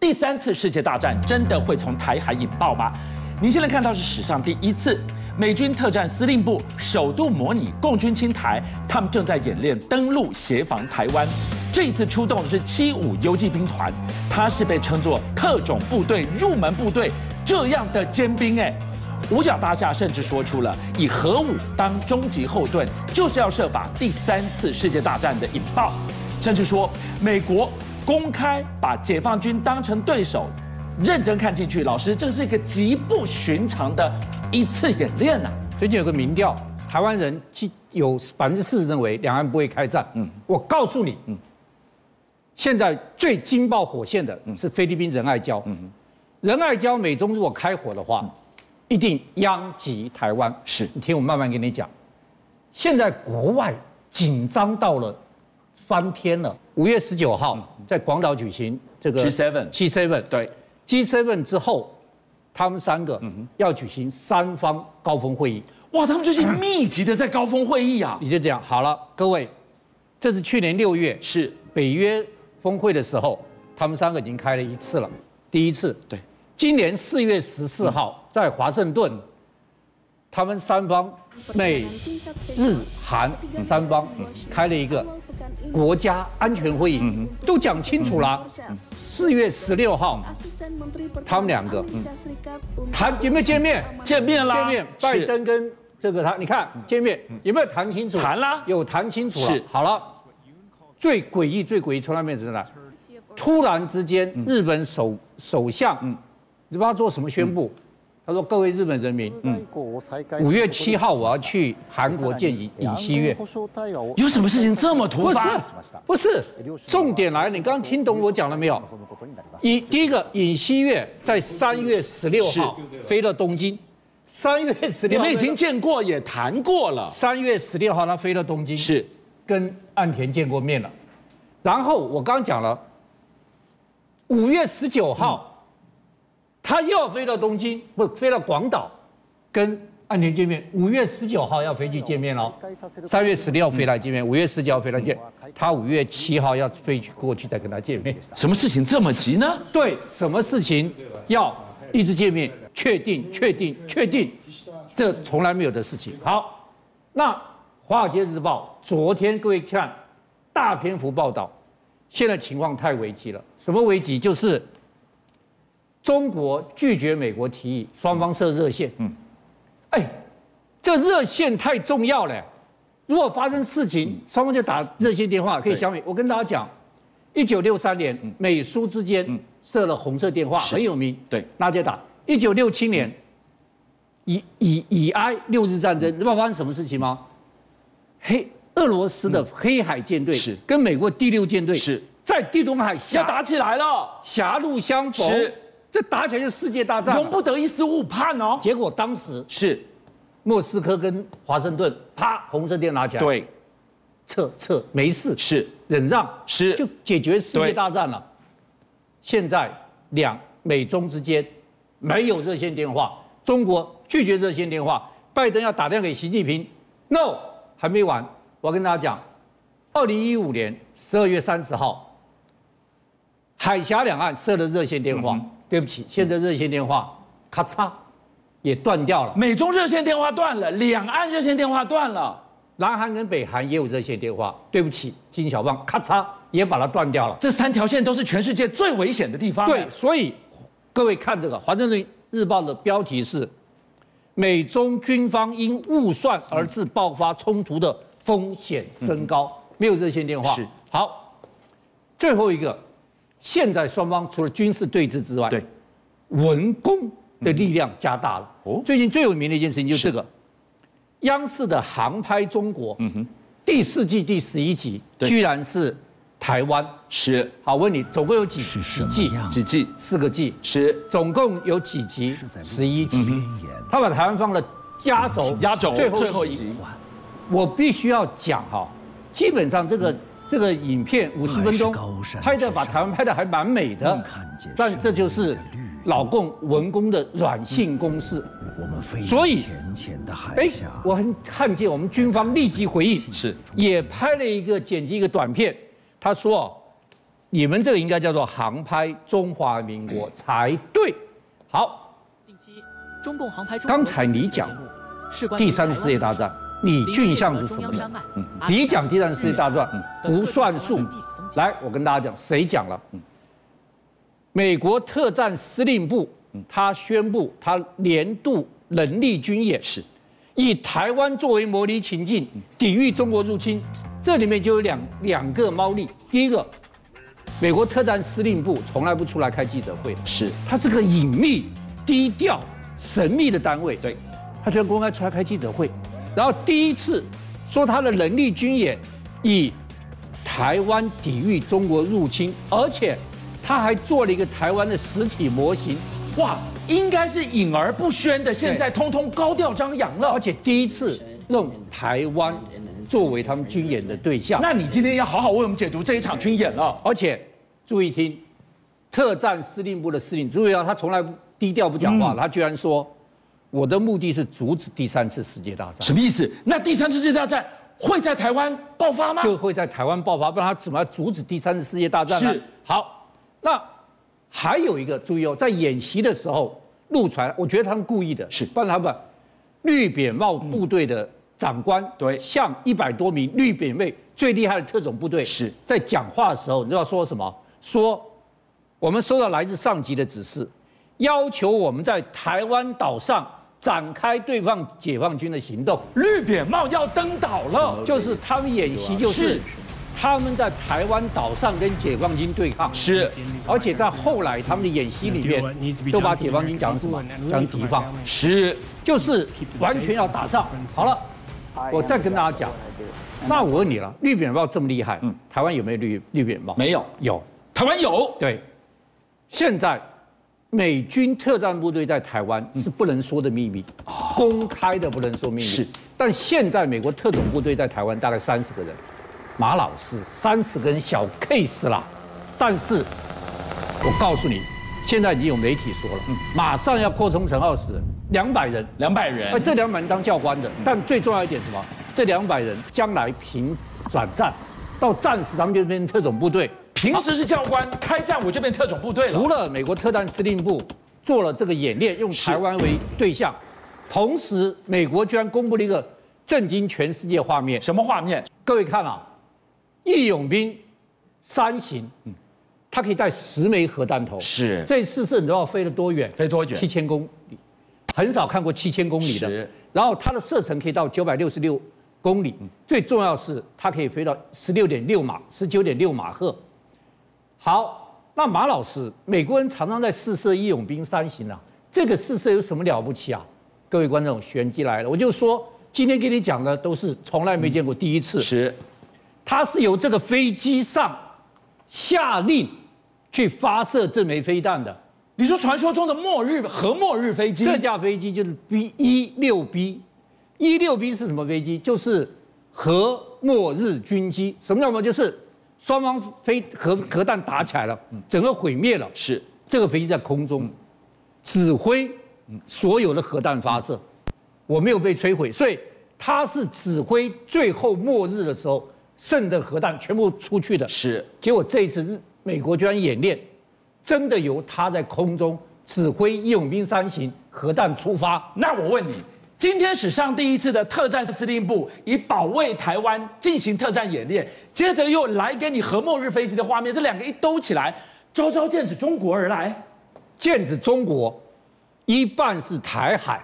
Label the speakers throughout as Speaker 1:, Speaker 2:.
Speaker 1: 第三次世界大战真的会从台海引爆吗？您现在看到是史上第一次，美军特战司令部首度模拟共军侵台，他们正在演练登陆协防台湾。这一次出动的是七五游击兵团，它是被称作特种部队入门部队这样的尖兵哎。五角大厦甚至说出了以核武当终极后盾，就是要设法第三次世界大战的引爆，甚至说美国公开把解放军当成对手，认真看进去，老师，这是一个极不寻常的一次演练呐、啊。
Speaker 2: 最近有个民调，台湾人有百分之四十认为两岸不会开战。嗯，我告诉你，嗯，现在最惊爆火线的是菲律宾仁爱礁。嗯，仁爱礁美中如果开火的话。嗯一定殃及台湾，
Speaker 1: 是
Speaker 2: 你听我慢慢跟你讲。现在国外紧张到了翻篇了。五月十九号在广岛举行这个
Speaker 1: G7
Speaker 2: G7
Speaker 1: 对
Speaker 2: G7 之后，他们三个要举行三方高峰会议。
Speaker 1: 哇，他们最近密集的在高峰会议啊！
Speaker 2: 你就讲好了，各位，这是去年六月
Speaker 1: 是
Speaker 2: 北约峰会的时候，他们三个已经开了一次了，第一次
Speaker 1: 对。嗯
Speaker 2: 今年四月十四号，在华盛顿，他们三方美、日、韩三方嗯开了一个国家安全会议，
Speaker 1: 嗯
Speaker 2: 都讲清楚了。四月十六号，他们两个嗯谈有没有见面？
Speaker 1: 见面啦！
Speaker 2: 见面，拜登跟这个他，你看见面有没有谈清楚？
Speaker 1: 嗯谈啦，
Speaker 2: 有谈清楚了。好了，最诡异、最诡异，从来没有知道。突然之间，日本首首相。
Speaker 1: 嗯
Speaker 2: 你不知道做什么宣布，他说：“各位日本人民，嗯，五月七号我要去韩国见尹
Speaker 1: 嗯
Speaker 2: 尹锡悦，
Speaker 1: 有什么事情这么突发？
Speaker 2: 不是，不是，重点来了，你刚刚听懂我讲了没有？尹第一个尹锡悦在三月十六号飞到东京，三月十六
Speaker 1: 你们已经见过也谈过了，
Speaker 2: 三月十六号他飞到东京，
Speaker 1: 是
Speaker 2: 跟岸田见过面了，然后我刚讲了，五月十九号。”他又要飞到东京，不飞到广岛，跟岸田见面。五月十九号要飞去见面喽，三月十六飞来见面，五月十九号飞来见。他五月七号要飞去过去再跟他见面。
Speaker 1: 什么事情这么急呢？
Speaker 2: 对，什么事情要一直见面？确定，确定，确定，这从来没有的事情。好，那《华尔街日报》昨天各位看大篇幅报道，现在情况太危急了。什么危急？就是。中国拒绝美国提议，双方设热线。嗯，哎，这热线太重要了。如果发生事情，双方就打热线电话，可以消灭。我跟大家讲，一九六三年美苏之间设了红色电话，很有名。
Speaker 1: 对，
Speaker 2: 大家打。一九六七
Speaker 1: 嗯
Speaker 2: 年，以以以埃六日战争，
Speaker 1: 嗯
Speaker 2: 你知道发生什么事情吗？黑俄罗斯的黑海舰队跟美国第六舰队
Speaker 1: 嗯是
Speaker 2: 在地中海
Speaker 1: 要打起来了，
Speaker 2: 狭路相逢。这打起来就世界大战，
Speaker 1: 容不得一丝误判哦。
Speaker 2: 结果当时
Speaker 1: 是
Speaker 2: 莫斯科跟华盛顿，啪，红色电拿起来，
Speaker 1: 对，
Speaker 2: 撤撤，没事，
Speaker 1: 是
Speaker 2: 忍让，
Speaker 1: 是
Speaker 2: 就解决世界大战了。现在两美中之间没有热线电话，中国拒绝热线电话，拜登要打电话给习近平，no，还没完，我要跟大家讲，二零一五年十二月三十号，海峡两岸设了热线电话。嗯对不起，现在热线电话咔嚓也断掉了，
Speaker 1: 美中热线电话断了，两岸热线电话断了，
Speaker 2: 南韩跟北韩也有热线电话。对不起，金小胖咔嚓也把它断掉了。
Speaker 1: 这三条线都是全世界最危险的地方。
Speaker 2: 对，所以各位看这个《华盛顿日报》的标题是：美中军方因误算而致爆发冲突的风险升高，嗯、没有热线电话。
Speaker 1: 是
Speaker 2: 好，最后一个。现在双方除了军事对峙之外，
Speaker 1: 对，
Speaker 2: 文攻的力量加大了。哦，最近最有名的一件事情就是这个，央视的《航拍中国》嗯哼，第四季第十一集居然是台湾。
Speaker 1: 是，
Speaker 2: 好，问你总共有几几季？
Speaker 1: 几季？
Speaker 2: 四个季。
Speaker 1: 是，
Speaker 2: 总共有几集？十一集。他把台湾放了压轴，
Speaker 1: 压嗯轴
Speaker 2: 最后
Speaker 1: 最后一集。
Speaker 2: 我必须要讲哈，基本上这
Speaker 1: 嗯
Speaker 2: 个。这个影片五十分钟拍的，把台湾拍的还蛮美的，但这就是老共文工的软性攻势。
Speaker 1: 嗯
Speaker 3: 我们飞
Speaker 2: 所以，
Speaker 3: 哎，
Speaker 2: 我很看见我们军方立即回应，
Speaker 1: 是
Speaker 2: 也拍了一个剪辑一个短片，他说，你们这个应该叫做航拍中华民
Speaker 1: 嗯
Speaker 2: 国才对。好，
Speaker 3: 近期，中共航拍中国
Speaker 2: 刚才你讲
Speaker 3: 事关
Speaker 2: 第三次世界大战，你俊相是什么人？你讲第三次世界大战不算数。来，我跟大家讲，谁讲了？嗯美国特战司令部，嗯他宣布他年度人力军演
Speaker 1: 是
Speaker 2: 以台湾作为模拟情境，抵御中国入侵。这里面就有两两个猫腻。第一个，美国特战司令部从来不出来开记者会的，
Speaker 1: 是
Speaker 2: 它是个隐秘、低调、神秘的单位。
Speaker 1: 对，
Speaker 2: 他居然公开出来开记者会，然后第一次说他的人力军演以台湾抵御中国入侵，而且他还做了一个台湾的实体模型，
Speaker 1: 哇，应该是隐而不宣的，现在通通高调张扬了
Speaker 2: 而。且第一次用台湾作为他们军演的对象。
Speaker 1: 那你今天要好好为我们解读这一场军演了。
Speaker 2: 而且注意听，特战司令部的司令，注意啊，他从来不低调不讲话，他居然说我的目的是阻止第三次世界大战，
Speaker 1: 什么意思？那第三次世界大战会在台湾爆发吗？
Speaker 2: 就会在台湾爆发，不然他怎么阻止第三次世界大战呢？
Speaker 1: 是
Speaker 2: 好，那还有一个注意哦，在演习的时候，陆船，我觉得他们故意的，
Speaker 1: 是
Speaker 2: 不然他们绿扁帽部队的长官、
Speaker 1: 嗯对
Speaker 2: 向一百多名绿扁妹最厉害的特种部队
Speaker 1: 是
Speaker 2: 在讲话的时候，你知道说什么？说我们收到来自上级的指示，要求我们在台湾岛上展开对抗解放军的行动。
Speaker 1: 绿扁帽要登岛了，
Speaker 2: 就是他们演习，就是
Speaker 1: 是
Speaker 2: 他们在台湾岛上跟解放军对抗，
Speaker 1: 是
Speaker 2: 而且在后来他们的演习里面都把解放军讲成什么？讲敌方，
Speaker 1: 是
Speaker 2: 就是完全要打仗。好了，我再跟大家讲，那我问你了，绿扁豹这么厉害，台湾有没有绿绿扁豹？
Speaker 1: 嗯没有
Speaker 2: 有，
Speaker 1: 台湾有
Speaker 2: 对，现在美军特战部队在台湾是不能说的秘密，公开的不能说秘密。
Speaker 1: 是，
Speaker 2: 但现在美国特种部队在台湾大概三十个人，马老师三十个人小 case 啦。但是，我告诉你，现在已经有媒体说了，马上要扩充成二十人，嗯两百人。嗯
Speaker 1: 两百
Speaker 2: 哎，
Speaker 1: 人，
Speaker 2: 这两百人当教官的，但最重要一点是什么？这两百人将来平转战，到战时他们就变成特种部队。
Speaker 1: 平时是教官，开战我就变特种部队了。
Speaker 2: 除了美国特战司令部做了这个演练，用台湾为对象，同时美国居然公布了一个震惊全世界画面。
Speaker 1: 什么画面？
Speaker 2: 各位看啊，义勇兵三型，它可以带十枚核弹头。
Speaker 1: 嗯是
Speaker 2: 这次是你知道飞得多远？
Speaker 1: 飞多远
Speaker 2: 七千公里，很少看过七千公里的
Speaker 1: 是。嗯
Speaker 2: 然后它的射程可以到九百六十六公里，最重要是它可以飞到十六点六马、十九点六马赫。好，那马老师，美国人常常在试射义勇兵三型啊，这个试射有什么了不起啊？各位观众，玄机来了，我就说今天给你讲的都是从来没见过第一次。
Speaker 1: 是
Speaker 2: 它是由这个飞机上下令去发射这枚飞弹的。
Speaker 1: 你说传说中的末日核末日飞机
Speaker 2: 这架飞机就是 B 一六 B，一六 B 是什么飞机？就是核末日军机。什么叫末？就是双方飞核核弹打起来了，整个毁灭了。
Speaker 1: 嗯是嗯
Speaker 2: 这个飞机在空中指挥所有的核弹发射，
Speaker 1: 嗯
Speaker 2: 我没有被摧毁，所以它是指挥最后末日的时候剩的核弹全部出去的。
Speaker 1: 是
Speaker 2: 结果这一次日美国居然演练，真的由他在空中指挥义勇兵三型核弹出发。
Speaker 1: 那我问你，今天史上第一次的特战司令部以保卫台湾进行特战演练，接着又来给你核末日飞机的画面，这两个一兜起来，招招剑指中国而来，
Speaker 2: 剑指中国，一半是台海，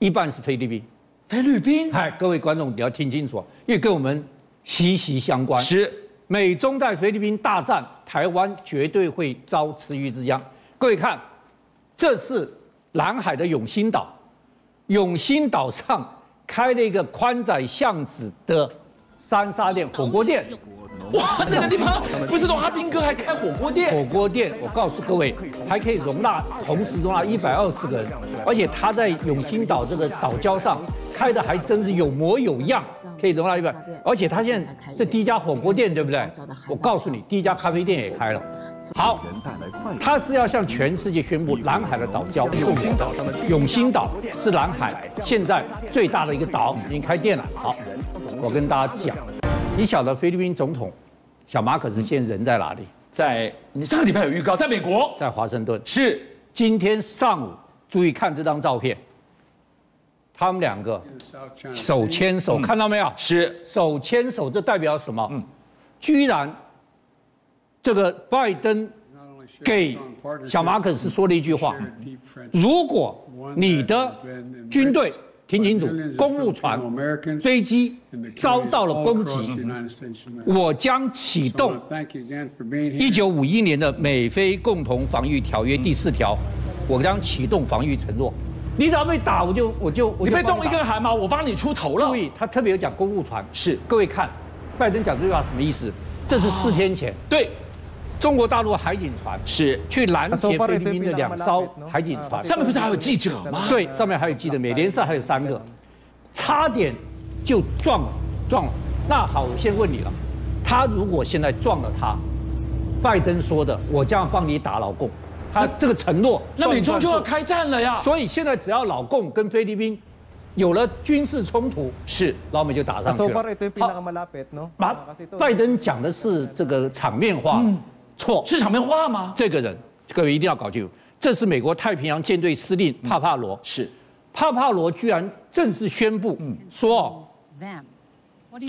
Speaker 2: 一半是菲律宾。
Speaker 1: 菲律宾
Speaker 2: 嗨，各位观众你要听清楚，因为跟我们息息相关。
Speaker 1: 是
Speaker 2: 美中在菲律宾大战，台湾绝对会遭池鱼之殃。各位看，这是南海的永兴岛，永兴岛上开了一个宽窄巷子的三沙店火锅店。
Speaker 1: 哇，那个地方不是龙哈宾哥还开火锅店，
Speaker 2: 火锅店，我告诉各位，还可以容纳同时容纳一百二十个人，而且它在永兴岛这个岛礁上开的还真是有模有样，可以容纳一百。而且它现在这第一家火锅店对不对？我告诉你，第一家咖啡店也开了。好，它是要向全世界宣布南海的岛礁是永兴岛，永兴岛是南海现在最大的一个岛，已经开店了。好，我跟大家讲，你晓得菲律宾总统小马可是现在人在哪里？
Speaker 1: 在你上个礼拜有预告，在美国
Speaker 2: 在华盛顿。
Speaker 1: 是
Speaker 2: 今天上午，注意看这张照片，他们两个手牵手，嗯看到没有？
Speaker 1: 是
Speaker 2: 手牵手，这代表什么？居然这个拜登给小马可斯说了一句话：如果你的军队听清楚，公务船、飞机遭到了攻击，我将启动一九五一年的美菲共同防御条约第四条，我将启动防御承诺。你只要被打，我就我就我
Speaker 1: 你
Speaker 2: 就
Speaker 1: 被
Speaker 2: 帮
Speaker 1: 动
Speaker 2: 你
Speaker 1: 一
Speaker 2: 打
Speaker 1: 根汗毛，我帮你出头了。
Speaker 2: 注意，他特别有讲公务船。
Speaker 1: 是
Speaker 2: 各位看，拜登讲这句话什么意思？这是四天前，
Speaker 1: 对，
Speaker 2: 中国大陆海警船
Speaker 1: 是
Speaker 2: 去拦
Speaker 1: 啊
Speaker 2: 截菲律宾的两艘海警船，
Speaker 1: 上面不是还有记者吗？
Speaker 2: 对，上面还有记得美联社还有三个，差点就撞了撞了。那好，我先问你了，他如果现在撞了他，拜登说的，我这样帮你打老共，他这个承诺
Speaker 1: 那美中
Speaker 2: 算不
Speaker 1: 就要
Speaker 2: 算数，
Speaker 1: 开战了呀。
Speaker 2: 所以现在只要老共跟菲律宾有了军事冲突，
Speaker 1: 是啊
Speaker 2: 老美就打上去
Speaker 4: So
Speaker 2: 了
Speaker 4: far,。ito yung pinakamalapit, no?
Speaker 2: 马
Speaker 4: kasi ito-
Speaker 2: 拜登讲的是这个场面话，
Speaker 1: 嗯
Speaker 2: 错。
Speaker 1: 是场面话吗？
Speaker 2: 这个人，各位一定要搞清楚，这是美国太平洋舰队司令帕帕罗。
Speaker 1: 是
Speaker 2: 帕帕罗居然正式宣布说哦，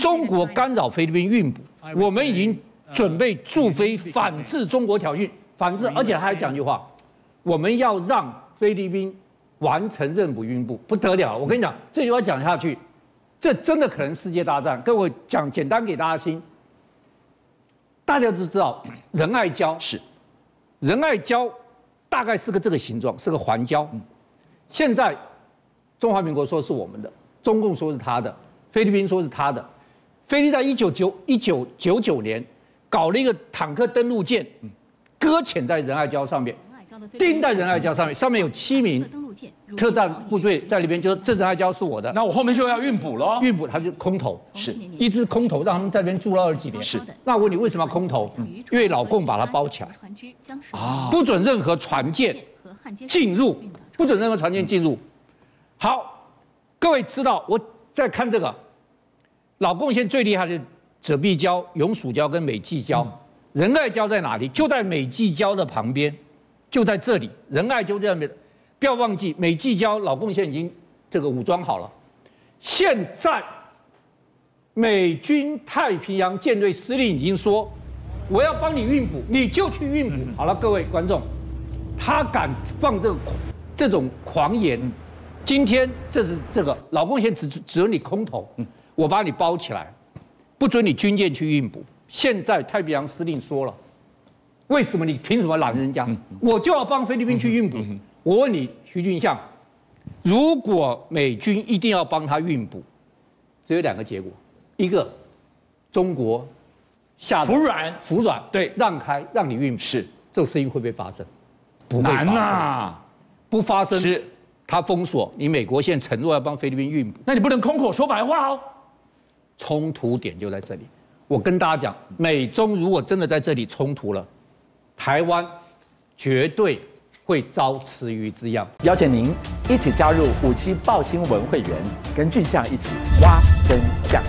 Speaker 2: 中
Speaker 5: 中
Speaker 2: 国
Speaker 5: 国
Speaker 2: 干
Speaker 5: 干
Speaker 2: 扰菲律宾运补，我们已经准备驻菲反制中国挑衅，反制，而且他还讲一句话，我们要让菲律宾完成任务运补，不得了！我跟你讲，这句话讲下去，这真的可能世界大战。跟我讲，简单给大家听，大家都知道 仁爱礁
Speaker 1: 是，
Speaker 2: 仁爱礁大概是个这个形状，是个环礁。现在中华民国说是我们的，中共说是他的，菲律宾说是他的。菲律宾在一九九一九九九年搞了一个坦克登陆舰，搁浅在仁爱礁上面，钉
Speaker 5: 盯
Speaker 2: 在
Speaker 5: 在
Speaker 2: 仁
Speaker 5: 人
Speaker 2: 爱礁上面，上面有七名特
Speaker 5: 特
Speaker 2: 战
Speaker 5: 战
Speaker 2: 部
Speaker 5: 部
Speaker 2: 队
Speaker 5: 队
Speaker 2: 在
Speaker 5: 在
Speaker 2: 里
Speaker 5: 里
Speaker 2: 边，
Speaker 5: 边
Speaker 2: 就
Speaker 5: 就
Speaker 2: 说这仁爱礁是我的，
Speaker 1: 那我后面就要运补了。
Speaker 2: 运补他就空投，
Speaker 1: 是
Speaker 2: 一只空投让他们在那边住了二十几年。
Speaker 5: 是嗯
Speaker 2: 那我问你为什么要空投？嗯因
Speaker 5: 因
Speaker 2: 为
Speaker 5: 为
Speaker 2: 老
Speaker 5: 老
Speaker 2: 共
Speaker 5: 共
Speaker 2: 把
Speaker 5: 把
Speaker 2: 它
Speaker 5: 它
Speaker 2: 包
Speaker 5: 包
Speaker 2: 起
Speaker 5: 起
Speaker 2: 来
Speaker 5: 来，
Speaker 1: 啊
Speaker 2: 不准任何船舰进
Speaker 5: 进
Speaker 2: 入
Speaker 5: 入，
Speaker 2: 不准任何船舰进入。好，各位知道我在看这个，老共现在最厉害的者壁礁、永暑礁跟美济礁，仁爱礁在哪里？就在美济礁的旁边，就在这里，仁爱礁在那边。不要忘记，美济礁老共现在已经这个武装好了，现在美军太平洋舰队司令已经说，我要帮你运补，你就去运补。好了，各位观众，他敢放这个狂这种狂言，今天这是这个老共先只只准你空投，我把你包起来，不准你军舰去运补。现在太平洋司令说了，为什么你凭什么拦人家？我就要帮菲律宾去运补。我问你，徐俊相，如果美军一定要帮他运补，只有两个结果，一个中国下
Speaker 1: 服软
Speaker 2: 服软，
Speaker 1: 对
Speaker 2: 让开，让你运补，是这个事情会不会发生？不
Speaker 1: 难
Speaker 2: 呐、
Speaker 1: 呐、
Speaker 2: 不发生，
Speaker 1: 是
Speaker 2: 他封锁你美国现在承诺要帮菲律宾运补，
Speaker 1: 那你不能空口说白话哦。
Speaker 2: 冲突点就在这里。我跟大家讲，美中如果真的在这里冲突了，台湾绝对会遭池鱼之殃。
Speaker 6: 邀请您一起加入五七报新闻会员，跟俊相一起挖真相。